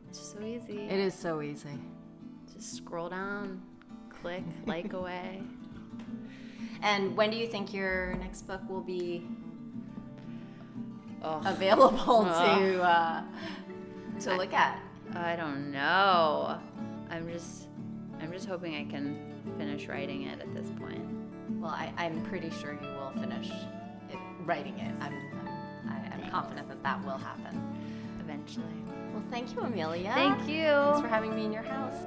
[SPEAKER 2] It's just so easy.
[SPEAKER 1] it is so easy.
[SPEAKER 2] Just scroll down, click, like away.
[SPEAKER 1] And when do you think your next book will be
[SPEAKER 2] Oh,
[SPEAKER 1] available
[SPEAKER 2] Oh.
[SPEAKER 1] to uh, to look at?
[SPEAKER 2] I don't know. I'm just, I'm just hoping I can finish writing it at this point.
[SPEAKER 1] Well, I, I'm pretty sure you will finish it, writing it. I'm, I'm, I, I'm confident that that will happen.
[SPEAKER 2] Eventually.
[SPEAKER 1] Well, thank you, Amelia.
[SPEAKER 2] Thank you.
[SPEAKER 1] Thanks for having me in your house.